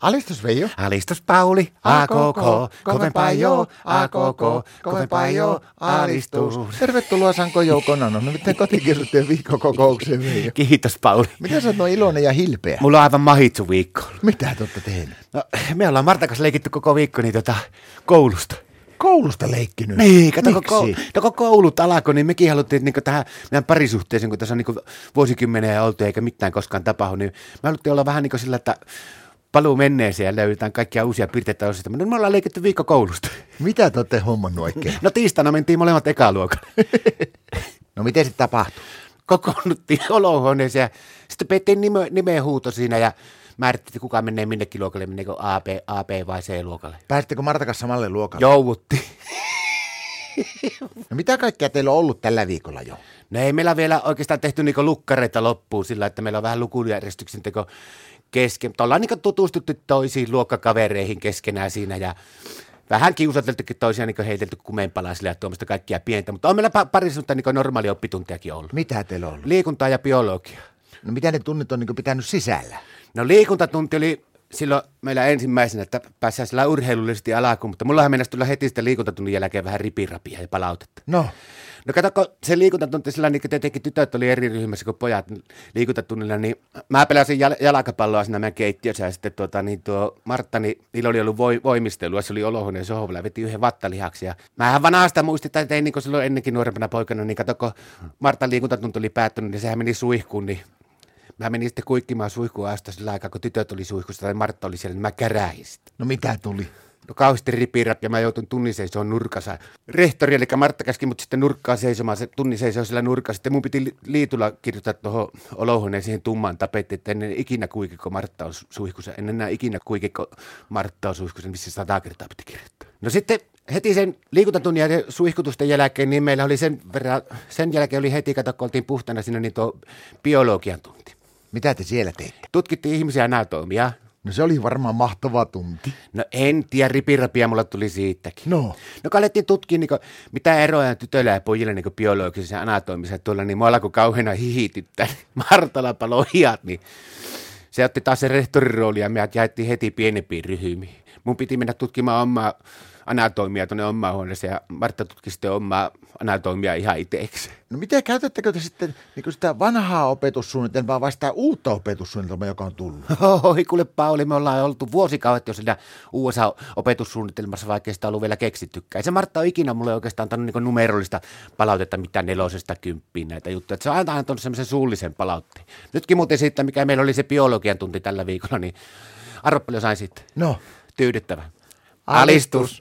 Alistus Veijo. Alistus Pauli, AKK, kovempaa joo, AKK, kovempaa joo, alistus. Tervetuloa Sanko Joukonan, no miten kotikirjoitteen viikkokokoukseen Veijo. Kiitos Pauli. Mitä sä oot noin iloinen ja hilpeä? Mulla on aivan mahitsu viikko. Mitä te ootte tehnyt? No, me ollaan Martan kanssa leikitty koko viikko niin tota, koulusta. Koulusta leikkinyt. Niin, kato, kun, Miksi? kou- no, kun koulut alkoi, niin mekin haluttiin niin tähän meidän parisuhteeseen, kun tässä on niin vuosikymmeniä oltu eikä mitään koskaan tapahdu, niin me haluttiin olla vähän niin kuin sillä, että paluu menneeseen ja löydetään kaikkia uusia piirteitä osista. Mutta nyt me ollaan leikitty viikko koulusta. Mitä te ootte hommannut oikein? No tiistaina mentiin molemmat ekaluokalle. No miten se tapahtui? kokoonnuttiin olohuoneeseen ja sitten pettiin nime, nimen huuto siinä ja määrittiin, että kuka menee minnekin luokalle, meneekö AP, AP vai C-luokalle. Pääsittekö Martakas samalle luokalle? Jouvutti. No mitä kaikkea teillä on ollut tällä viikolla jo? No ei meillä vielä oikeastaan tehty niinku lukkareita loppuun sillä, että meillä on vähän lukujärjestyksen teko kesken. Mutta ollaan niinku tutustuttu toisiin luokkakavereihin keskenään siinä ja vähän kiusateltukin toisiaan, niinku heitelty kumenpalasille ja tuommoista kaikkia pientä. Mutta on meillä pa- pari sellaista niinku normaalia oppituntiakin ollut. Mitä teillä on ollut? Liikuntaa ja biologiaa. No mitä ne tunnit on niin pitänyt sisällä? No liikuntatunti oli silloin meillä ensimmäisenä, että päässään sillä urheilullisesti alakuun, mutta mullahan mennäisi tulla heti sitä liikuntatunnin jälkeen vähän ripirapia ja palautetta. No, No katsokko, se liikuntatunti sillä niin tietenkin tytöt oli eri ryhmässä kuin pojat liikuntatunnilla, niin mä pelasin jal- jalkapalloa siinä meidän keittiössä ja sitten tuota, niin tuo Martta, niin niillä oli ollut voi- voimistelua, se oli olohuoneen sohvalla ja veti yhden vattalihaksi ja mähän vanhasta muistin, että tein niin kuin silloin ennenkin nuorempana poikana, niin katsokko Martta liikuntatunti oli päättynyt, niin sehän meni suihkuun, niin Mä menin sitten kuikkimaan suihkua asta sillä aikaa, kun tytöt oli suihkussa tai Martta oli siellä, niin mä kärähin sitä. no mitä tuli? No kauheasti ripirat ja mä joutun tunnin seisoon nurkassa. Rehtori, eli Martta käski mut sitten nurkkaan seisomaan, se tunnin seisoo siellä nurkassa. Sitten mun piti li- liitulla kirjoittaa tuohon olohuoneen siihen tummaan tapettiin, että ennen ikinä kuikiko Martta on su- suihkussa. En enää ikinä kuikiko Martta on suihkussa, niin missä sata kertaa piti kirjoittaa. No sitten heti sen liikuntatunnin ja suihkutusten jälkeen, niin meillä oli sen verran, sen jälkeen oli heti, kato, kun oltiin puhtana siinä, niin tuo biologian tunti. Mitä te siellä teitte? Tutkittiin ihmisiä anatomiaa. No se oli varmaan mahtava tunti. No en tiedä, ripirapia mulla tuli siitäkin. No. No kun alettiin tutkia, niin kuin, mitä eroja on tytöillä ja pojilla niin biologisessa ja anatomisessa tuolla, niin mua alkoi kauheena hihityttää. Martala palo hiat, niin se otti taas sen rehtorin rooli ja me jaettiin heti pienempiin ryhmiin. Mun piti mennä tutkimaan omaa anatomia tuonne omaan huoneeseen ja Martta tutki sitten omaa anatomiaa ihan itsekseen. No miten käytättekö te sitten niin sitä vanhaa opetussuunnitelmaa vai sitä uutta opetussuunnitelmaa, joka on tullut? Oi, kuule Pauli, me ollaan oltu vuosikaudet jo siinä uudessa opetussuunnitelmassa, vaikka ei sitä ollut vielä keksittykään. Ei se Martta on ikinä mulle oikeastaan antanut niin numerollista palautetta mitä nelosesta kymppiin näitä juttuja. Et se on aina antanut semmoisen suullisen palautteen. Nytkin muuten siitä, mikä meillä oli se biologian tunti tällä viikolla, niin arvo paljon sain sitten. No, Tyydyttävä. Alistus.